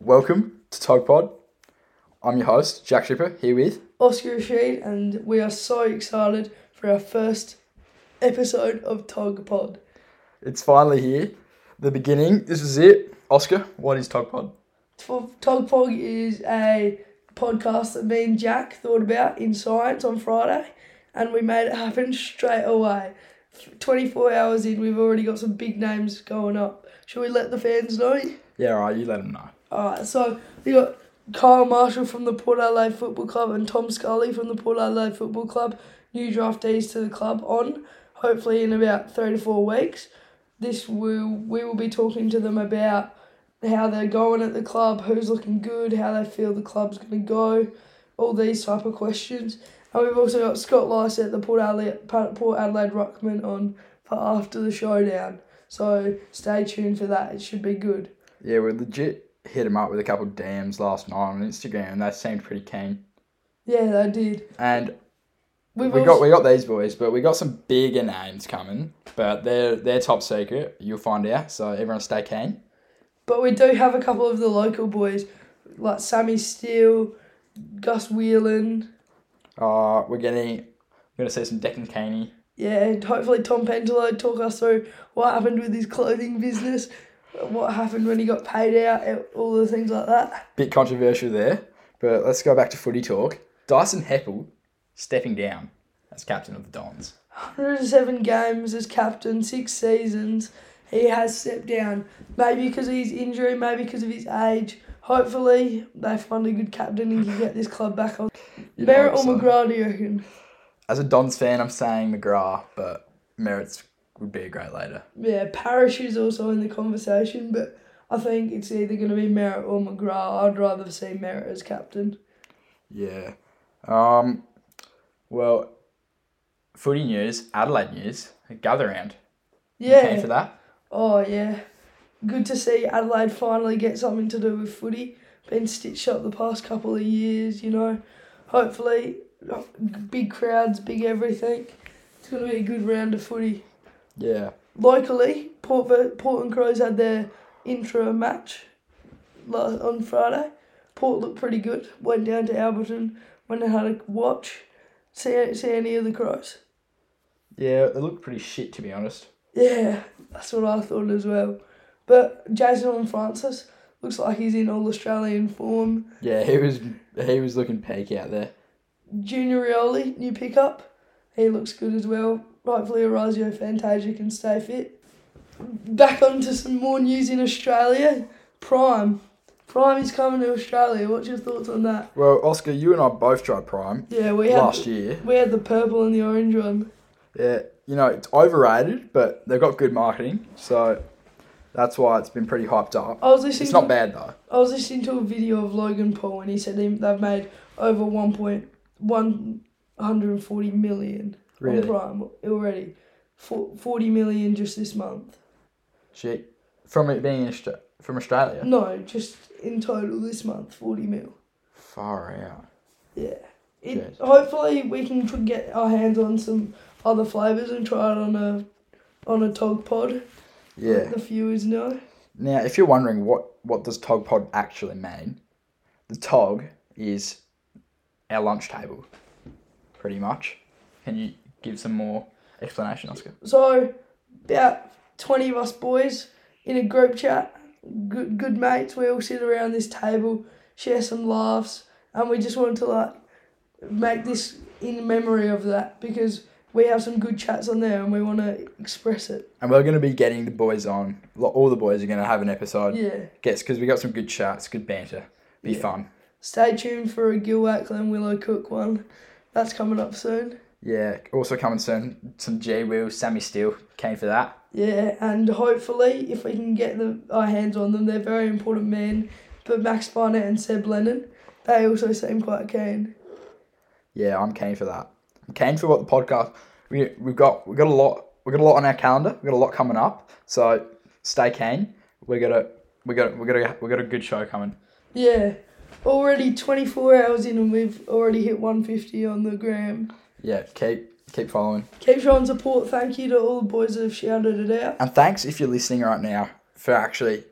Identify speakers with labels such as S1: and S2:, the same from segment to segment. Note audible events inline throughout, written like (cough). S1: Welcome to TogPod. I'm your host, Jack Shipper, here with.
S2: Oscar Shade, and we are so excited for our first episode of Tog Pod.
S1: It's finally here, the beginning. This is it. Oscar, what is TogPod?
S2: Tog Pod is a podcast that me and Jack thought about in science on Friday, and we made it happen straight away. 24 hours in, we've already got some big names going up. Shall we let the fans know?
S1: Yeah, all right, you let them know.
S2: Alright, so we got Kyle Marshall from the Port Adelaide Football Club and Tom Scully from the Port Adelaide Football Club, new draftees to the club on, hopefully in about three to four weeks. This will we will be talking to them about how they're going at the club, who's looking good, how they feel the club's gonna go, all these type of questions. And we've also got Scott Lice at the Port Adelaide Port Adelaide Ruckman on for after the showdown. So stay tuned for that. It should be good.
S1: Yeah, we legit hit them up with a couple of DMs last night on Instagram, and they seemed pretty keen.
S2: Yeah, they did.
S1: And
S2: We've
S1: we
S2: also-
S1: got we got these boys, but we got some bigger names coming. But they're they're top secret. You'll find out. So everyone stay keen.
S2: But we do have a couple of the local boys, like Sammy Steele, Gus Whelan,
S1: Uh, we're getting we're gonna see some Declan Caney.
S2: yeah, and hopefully Tom Pentolo talk us through what happened with his clothing business, what happened when he got paid out, and all the things like that.
S1: Bit controversial there, but let's go back to footy talk. Dyson Heppel stepping down as captain of the Dons.
S2: 107 games as captain, six seasons. He has stepped down, maybe because of his injury, maybe because of his age. Hopefully, they find a good captain and can get this club back on.
S1: You'd
S2: Merritt
S1: hope so.
S2: or McGrath, do you reckon?
S1: As a Dons fan, I'm saying McGrath, but Merritt's would be a great later.
S2: Yeah, Parrish is also in the conversation, but I think it's either going to be Merritt or McGrath. I'd rather see Merritt as captain.
S1: Yeah. Um. Well, footy news, Adelaide news, gather round. You keen for
S2: Yeah.
S1: that?
S2: Oh, yeah. Good to see Adelaide finally get something to do with footy. Been stitched up the past couple of years, you know. Hopefully, big crowds, big everything. It's going to be a good round of footy.
S1: Yeah.
S2: Locally, Port, Ver- Port and Crows had their intra match la- on Friday. Port looked pretty good. Went down to Alberton, went and had a watch. See, see any of the Crows?
S1: Yeah, they look pretty shit to be honest.
S2: Yeah, that's what I thought as well. But Jason and Francis looks like he's in all Australian form.
S1: Yeah, he was he was looking peak out there.
S2: Junior Rioli, new pickup. He looks good as well. Hopefully, Orazio Fantasia can stay fit. Back on to some more news in Australia. Prime. Prime is coming to Australia. What's your thoughts on that?
S1: Well, Oscar, you and I both tried Prime
S2: Yeah, we had
S1: last year.
S2: we had the purple and the orange one.
S1: Yeah, you know, it's overrated, but they've got good marketing, so that's why it's been pretty hyped up.
S2: I was listening.
S1: It's not
S2: to,
S1: bad though.
S2: I was listening to a video of Logan Paul and he said they- they've made over one point one hundred and forty million
S1: Really?
S2: on Prime already. For, Forty million just this month.
S1: Shit. From it being in Austra- from Australia.
S2: No, just in total this month, 40 mil.
S1: Far out.
S2: Yeah. It,
S1: Yes.
S2: Hopefully we can tr- get our hands on some other flavours and try it on a on a tog pod.
S1: Yeah.
S2: Let the viewers know.
S1: Now, if you're wondering what what does tog pod actually mean, the tog is our lunch table, pretty much. Can you give some more explanation, Oscar?
S2: So about 20 of us boys in a group chat, good, good mates, we all sit around this table, share some laughs, and we just wanted to like make this in memory of that because we have some good chats on there and we want to express it.
S1: And we're going to be getting the boys on. lo- All the boys are going to have an episode.
S2: Yeah.
S1: Guess because we got some good chats, good banter. Be fun.
S2: Stay tuned for a Gil Wackler and Willow Cook one. That's coming up soon.
S1: Yeah. Also coming soon, some G Will, Sammy Steele came for that.
S2: Yeah, and hopefully, if we can get the, our hands on them, they're very important men. But Max Barnett and Seb Lennon, they also seem quite keen.
S1: Yeah, I'm keen for that. I'm keen for what the podcast. We we've got we've got a lot we've got a lot on our calendar. We've got a lot coming up. So stay keen. We got a we got we got a we got a good show coming.
S2: Yeah, already 24 hours in and we've already hit 150 on the gram.
S1: Yeah, keep keep following.
S2: Keep showing support. Thank you to all the boys that have shouted it out.
S1: And thanks if you're listening right now for actually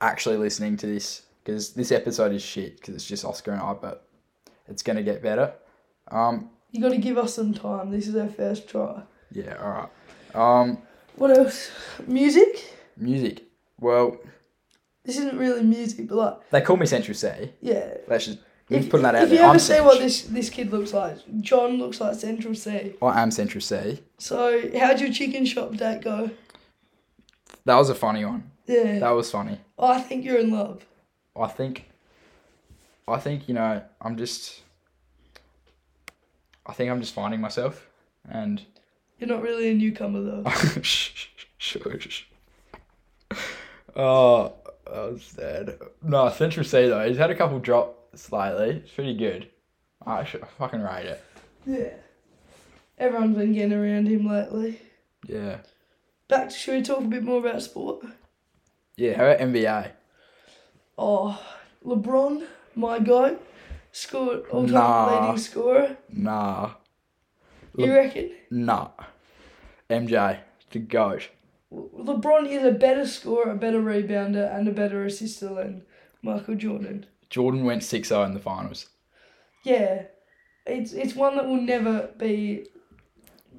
S1: actually listening to this because this episode is shit because it's just Oscar and I, but it's gonna get better. Um,
S2: You got to give us some time. This is our first try.
S1: yeah, all right. Um,
S2: What else? Music?
S1: music. Well,
S2: This isn't really music, but like,
S1: they call me Central C.
S2: yeah.
S1: Let's just we're
S2: If,
S1: putting that out
S2: if you
S1: there.
S2: ever
S1: I'm
S2: see what
S1: Central.
S2: this this kid looks like, John looks like Central C.
S1: I am Central C.
S2: So how'd your chicken shop date go?
S1: That was a funny one.
S2: Yeah. Oh,
S1: That was funny.
S2: I think you're in love.
S1: I think, I think you know, I'm just, I think I'm just finding myself, and (laughs)
S2: You're not really a newcomer though.
S1: shush. Oh, that was sad. No, Central C though, he's had a couple drops lately. It's pretty good. I should I fucking rate it.
S2: yeah. Everyone's been getting around him lately.
S1: Yeah.
S2: Back to should we talk a bit more about sport?
S1: Yeah. How about NBA?
S2: Oh, LeBron, my guy, scored all time
S1: Nah.
S2: leading scorer.
S1: Nah.
S2: You reckon?
S1: Nah. MJ, the goat.
S2: Le- LeBron is a better scorer, a better rebounder, and a better assister than Michael Jordan.
S1: Jordan went 6-0 in the finals.
S2: Yeah, it's it's one that will never be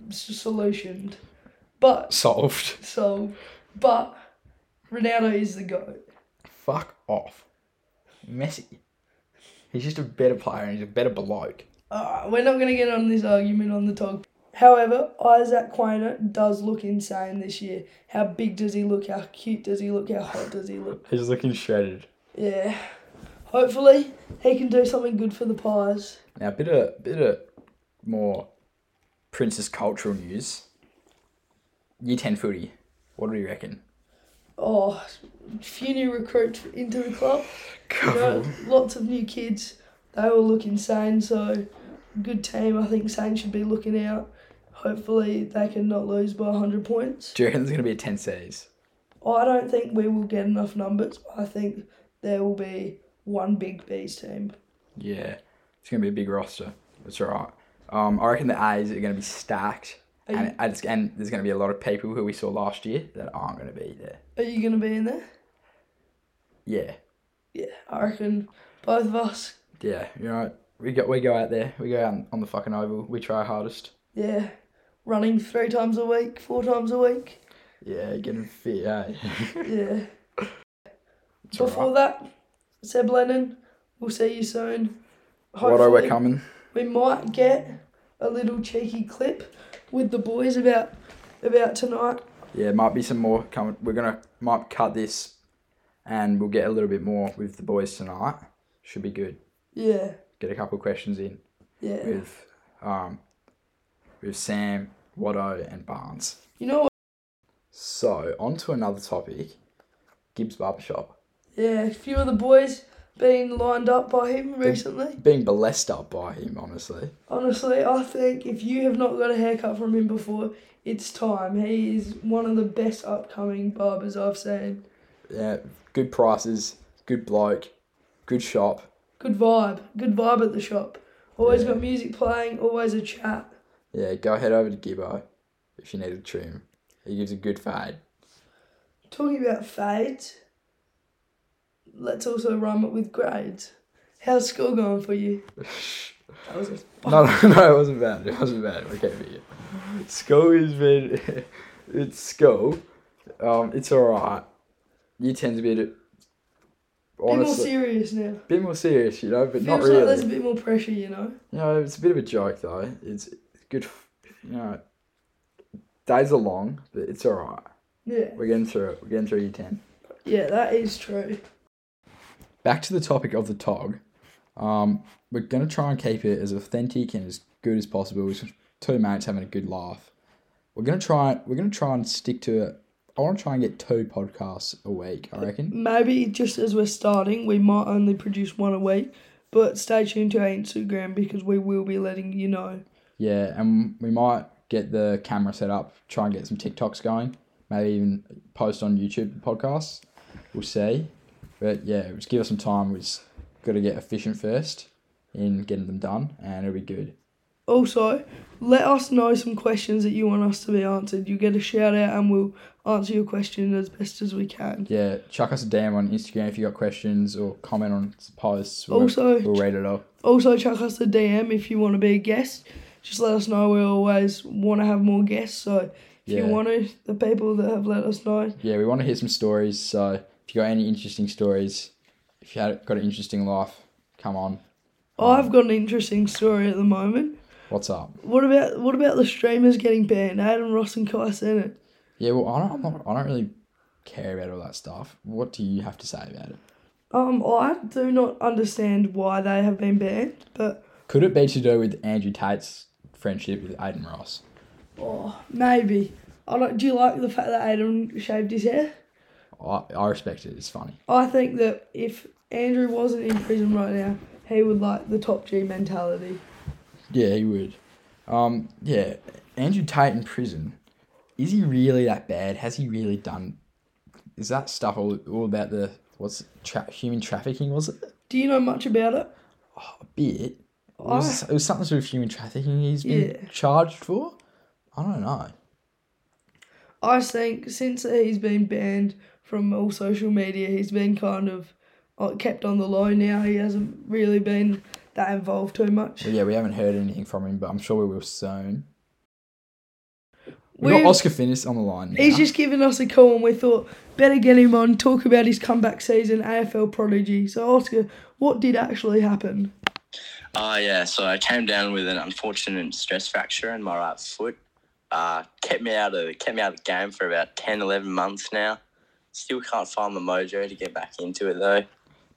S2: s- solutioned, but
S1: Solved.
S2: so, but Ronaldo is the goat.
S1: Fuck off. Messi. He's just a better player and he's a better bloke.
S2: Alright, we're not gonna get on this argument on the talk. However, Isaac Quainer does look insane this year. How big does he look? How cute does he look? How hot does he look?
S1: He's looking shredded.
S2: Yeah. Hopefully, he can do something good for the Pies.
S1: Now, a bit of, bit of more Princess cultural news. Year 10 footy. What do we reckon?
S2: Oh, few new recruits into the club. You know, lots of new kids. They all look insane. So, good team. I think Saints should be looking out. Hopefully, they can not lose by 100 points.
S1: Do you reckon there's going to be a 10 C's?
S2: I don't think we will get enough numbers. I think there will be one big B's team.
S1: Yeah. It's going to be a big roster. That's all right. Um, I reckon the A's are going to be stacked.
S2: Are
S1: And, and, it's, and there's going to be a lot of people who we saw last year that aren't going to be there.
S2: Are you going to be in there?
S1: Yeah.
S2: Yeah, I reckon both of us.
S1: Yeah. You know, we go, we go out there. We go out on the fucking oval. We try our hardest.
S2: Yeah, running three times a week, four times a week.
S1: Yeah, getting fit, eh? (laughs)
S2: Yeah.
S1: It's all
S2: Before
S1: right.
S2: that, Seb Lennon, we'll see you soon.
S1: What are we coming?
S2: we might get a little cheeky clip with the boys about about tonight.
S1: Yeah, might be some more coming. We're gonna might cut this, and we'll get a little bit more with the boys tonight. Should be good.
S2: Yeah,
S1: Get a couple of questions in
S2: yeah.
S1: with, um, with Sam, Watto, and Barnes.
S2: You know what?
S1: So on to another topic, Gibbs Barbershop
S2: Yeah, a few of the boys being lined up by him recently.
S1: being blessed up by him. Honestly,
S2: Honestly, I think if you have not got a haircut from him before, it's time. He is one of the best upcoming barbers I've seen.
S1: yeah, good prices, good bloke, good shop.
S2: Good vibe, good vibe at the shop. Always
S1: Yeah.
S2: got music playing, always a chat.
S1: Yeah, go head over to Gibbo if you need a trim. He gives a good fade.
S2: Talking about fades, let's also rhyme it with grades. How's school going for you?
S1: (laughs)
S2: That was
S1: (laughs)
S2: a
S1: No, no, no, it wasn't bad. It wasn't bad. Okay, but yeah. School has been, (laughs) it's school. Um, it's alright. You tend to be a bit,
S2: bit more
S1: honestly,
S2: serious now.
S1: bit more serious, you know, but
S2: Feels
S1: not
S2: like there's
S1: really.
S2: a bit more pressure, you know.
S1: You know, it's a bit of a joke though. It's it's good, f- you know. Days are long, but it's alright.
S2: Yeah,
S1: We're getting through it. We're getting through year ten.
S2: yeah, that is true.
S1: back to the topic of the tog. Um, we're gonna try and keep it as authentic and as good as possible. It's just two mates having a good laugh. We're gonna try. We're gonna try and stick to it. I want to try and get two podcasts a week. I reckon.
S2: Maybe just as we're starting, we might only produce one a week, but stay tuned to our Instagram because we will be letting you know.
S1: Yeah, and we might get the camera set up. Try and get some TikToks going. Maybe even post on YouTube podcasts. We'll see. But yeah, just give us some time. We've got to get efficient first in getting them done, and it'll be good.
S2: Also, let us know some questions that you want us to be answered. You get a shout out and we'll answer your question as best as we can.
S1: Yeah, chuck us a DM on Instagram if you got questions or comment on posts. We'll,
S2: Also,
S1: we'll read it up.
S2: Also, chuck us a DM if you want to be a guest. Just let us know. We always want to have more guests. So if you
S1: Yeah.
S2: want to, the people that have let us know,
S1: Yeah, we want to hear some stories. So if you got any interesting stories, if you had got an interesting life, come on.
S2: I've got an interesting story at the moment.
S1: What's up?
S2: What about what about the streamers getting banned? Adam Ross and Kai Sennett.
S1: Yeah, well, I don't, I'm not, I don't really care about all that stuff. What do you have to say about it?
S2: Um, I do not understand why they have been banned, but
S1: Could it be to do with Andrew Tate's friendship with Aiden Ross?
S2: oh, maybe. I don't, do you like the fact that Adam shaved his hair?
S1: I, I respect it. It's funny.
S2: I think that if Andrew wasn't in prison right now, he would like the top G mentality.
S1: Yeah, he would. Um, yeah, Andrew Tate in prison. Is he really that bad? Has he really done? Is that stuff all, all about the what's tra- human trafficking? Was it
S2: Do you know much about it?
S1: a bit? It was, it was something to do with human trafficking. He's been
S2: Yeah.
S1: charged for. I don't know.
S2: I think since he's been banned from all social media, he's been kind of uh, kept on the low now. He hasn't really been that involved too much.
S1: But yeah, we haven't heard anything from him, but I'm sure we will soon. We've
S2: We've-
S1: got Oscar Finnis on the line. Now.
S2: He's just given us a call, and we thought better get him on, talk about his comeback season, AFL prodigy. So, Oscar, what did actually happen?
S3: Uh, yeah, so I came down with an unfortunate stress fracture in my right foot. Uh, kept me out of kept me out of the game for about 10, 11 months now. Still can't find the mojo to get back into it though.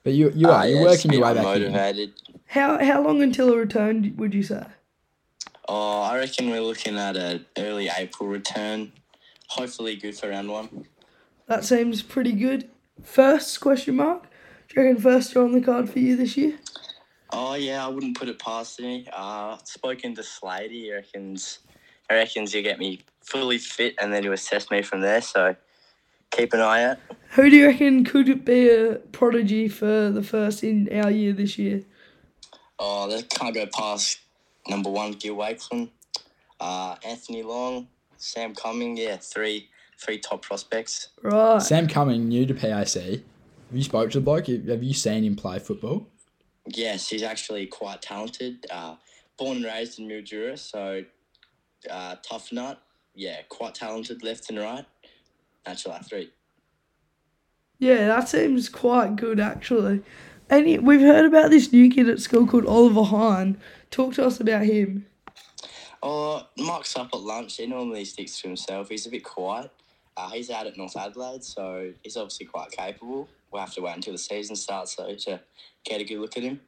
S1: but you you
S3: Uh,
S1: are you're
S3: yeah, just
S1: working your way
S3: been
S1: back in.
S3: unmotivated.
S2: How how long until a return would you say?
S3: Oh, I reckon we're looking at an early April return. Hopefully good for round one.
S2: That seems pretty good. First question mark. Do you reckon first are on the card for you this year?
S3: Oh yeah, I wouldn't put it past me. Uh, spoken to Slady, he reckons, he reckons he'll get me fully fit and then he'll assess me from there. So keep an eye out.
S2: Who do you reckon could be a prodigy for the first in our year this year?
S3: Oh, that can't go past number one, Gil Wakeland, uh, Anthony Long, Sam Cumming. Yeah, three three top prospects.
S2: Right.
S1: Sam Cumming, new to PAC. Have you spoke to the bloke? Have you seen him play football?
S3: Yes, he's actually quite talented. Uh, born and raised in Mildura, so uh, tough nut. Yeah, quite talented left and right. Natural athlete.
S2: Yeah, that seems quite good actually. And we've heard about this new kid at school called Oliver Hahn. Talk to us about him.
S3: Oh, Mark's up at lunch. He normally sticks to himself. He's a bit quiet. Uh, he's out at North Adelaide, so he's obviously quite capable. We'll have to wait until the season starts, though, to get a good look at him.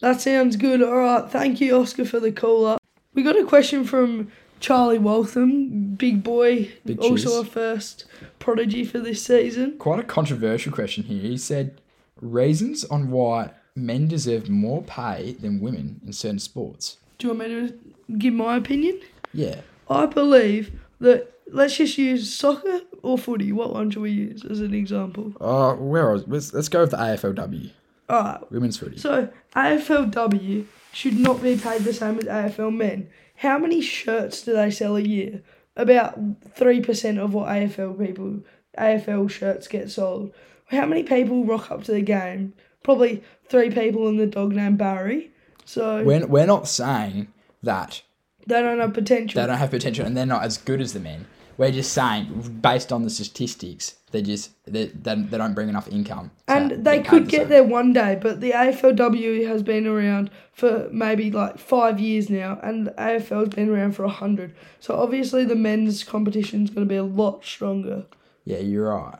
S2: That sounds good. All right. Thank you, Oscar, for the call up. We got a question from Charlie Waltham, big boy,
S1: Big
S2: also
S1: cheese.
S2: a first prodigy for this season.
S1: Quite a controversial question here. He said reasons on why men deserve more pay than women in certain sports.
S2: Do you want me to give my opinion?
S1: Yeah,
S2: I believe that let's just use soccer or footy. What one should we use as an example?
S1: Uh, where was let's, let's go with the AFLW
S2: All right.
S1: women's footy.
S2: So AFLW should not be paid the same as AFL men. How many shirts do they sell a year? About three percent of what AFL people AFL shirts get sold. How many people rock up to the game? Probably three people and the dog named Barry. So
S1: We're we're not saying that
S2: they don't have potential.
S1: they don't have potential and they're not as good as the men. We're just saying based on the statistics, they just they they, they don't bring enough income. to
S2: and they
S1: paid
S2: could
S1: the
S2: get
S1: same.
S2: there one day, but the AFLW has been around for maybe like five years now, and the AFL has been around for a hundred. So obviously, the men's competition is going to be a lot stronger.
S1: Yeah, you're right.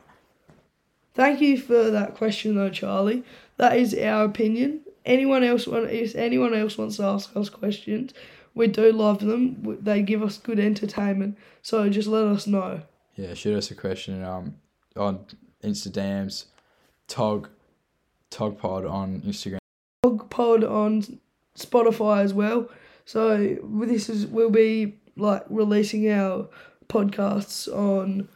S2: Thank you for that question, though, Charlie. That is our opinion. Anyone else want if anyone else wants to ask us questions, we do love them. W- They give us good entertainment, so just let us know.
S1: Yeah, shoot us a question um on Insta DMs, Tog, Togpod on Instagram.
S2: Dog Pod on Spotify as well. So this is we'll be like releasing our podcasts on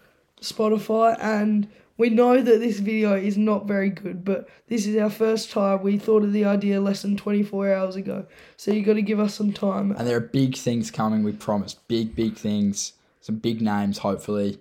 S2: Spotify and We know that this video is not very good, but this is our first time. We thought of the idea less than 24 hours ago. So you got to give us some time.
S1: And there are big things coming. We promise big, big things. Some big names. Hopefully,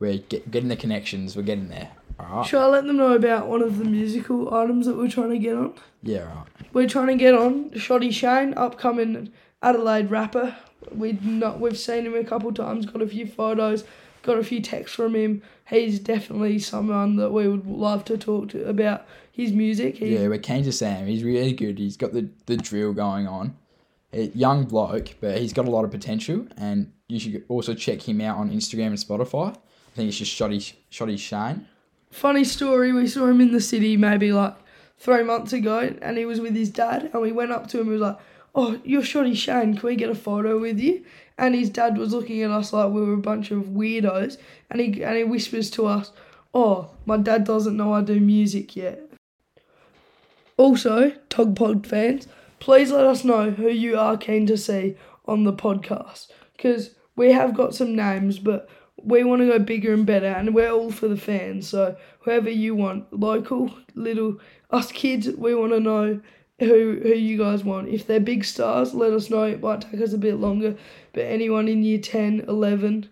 S1: we're get, getting the connections. We're getting there. All right.
S2: Should I let them know about one of the musical items that we're trying to get on?
S1: Yeah. All right.
S2: We're trying to get on Shoddy Shane, upcoming Adelaide rapper. We not we've seen him a couple times, got a few photos, got a few texts from him. He's definitely someone that we would love to talk to about his music. He,
S1: Yeah, we're keen to see him. He's really good. He's got the, the drill going on. A young bloke, but he's got a lot of potential. And you should also check him out on Instagram and Spotify. I think it's just Shoddy, Shoddy Shane.
S2: Funny story, we saw him in the city maybe like three months ago and he was with his dad and we went up to him and was like, Oh, you're Shoddy Shane, can we get a photo with you? And his dad was looking at us like we were a bunch of weirdos and he and he whispers to us, Oh, my dad doesn't know I do music yet. Also, Togpod fans, please let us know who you are keen to see on the podcast because we have got some names, but we want to go bigger and better, and we're all for the fans. So whoever you want, local, little, us kids, we want to know who who you guys want. If they're big stars, let us know. It might take us a bit longer, but anyone in year 10, 11,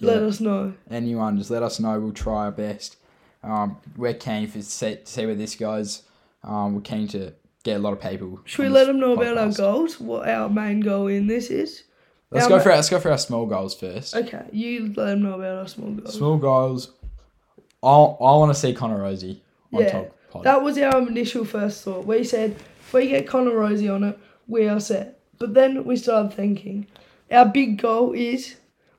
S2: let
S1: Yeah.
S2: us know.
S1: Anyone, just let us know. We'll try our best. Um, we're keen for see, to see where this goes. Um, we're keen to get a lot of people.
S2: Should we
S1: on
S2: let
S1: this
S2: them know about our
S1: podcast.
S2: goals? What our main goal in this is?
S1: Let's
S2: our
S1: go
S2: ma-
S1: for our, let's go for our small goals first.
S2: Okay, you let them know about our small goals.
S1: Small goals. I I want to see Connor Rosie on
S2: Yeah,
S1: top. Pod.
S2: That was our initial first thought. We said, if we get Connor Rosie on it, we are set. But then we started thinking, our big goal is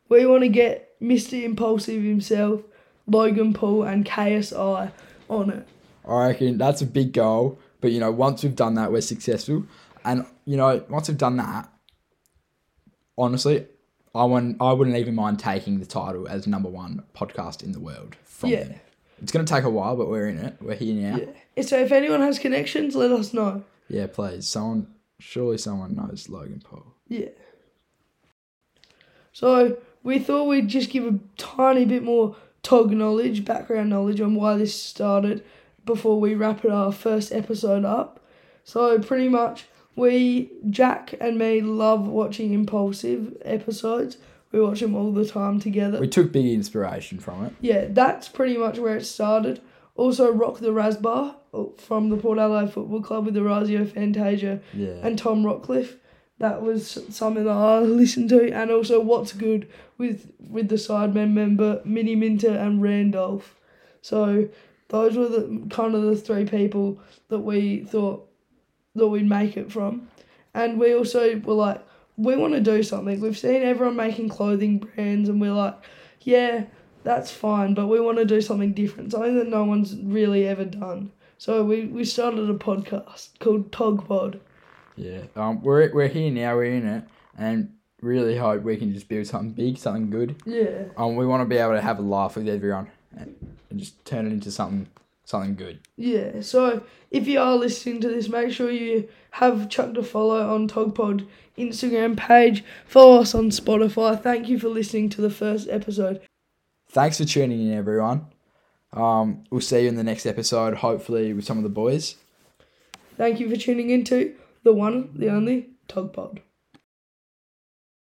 S2: we want to get Mr. Impulsive himself, Logan Paul, and KSI on it.
S1: I reckon that's a big goal. But you know, once we've done that, we're successful. And you know, once we've done that, honestly, I wouldn't I wouldn't even mind taking the title as number one podcast in the world from
S2: Yeah.
S1: them. It's gonna take a while, but we're in it. We're here now. Yeah,
S2: So if anyone has connections, let us know.
S1: please. Someone surely someone knows Logan Paul.
S2: Yeah. So we thought we'd just give a tiny bit more tog knowledge, background knowledge on why this started before we wrap it our first episode up. So pretty much we Jack and me love watching impulsive episodes. We watch them all the time together.
S1: We took big inspiration from it.
S2: Yeah, that's pretty much where it started. Also, Rock the Rasbar from the Port Adelaide Football Club with Orazio Fantasia
S1: Yeah.
S2: and Tom Rockcliffe. That was something that I listened to, and also What's Good with with the Sidemen member Minnie Minter and Randolph. So those were the kind of the three people that we thought that we'd make it from, and we also were like, we want to do something. We've seen everyone making clothing brands, and we're like, yeah, that's fine, but we want to do something different, something that no one's really ever done. So we, we started a podcast called Tog Pod.
S1: Yeah, um, we're we're here now. We're in it, and really hope we can just build something big, something good.
S2: Yeah.
S1: Um, we want to be able to have a laugh with everyone, and, and just turn it into something something good.
S2: Yeah. So if you are listening to this, make sure you have chucked a follow on Togpod Instagram page. Follow us on Spotify. Thank you for listening to the first episode.
S1: Thanks for tuning in, everyone. Um, we'll see you in the next episode, hopefully with some of the boys.
S2: Thank you for tuning into the one, the only Togpod.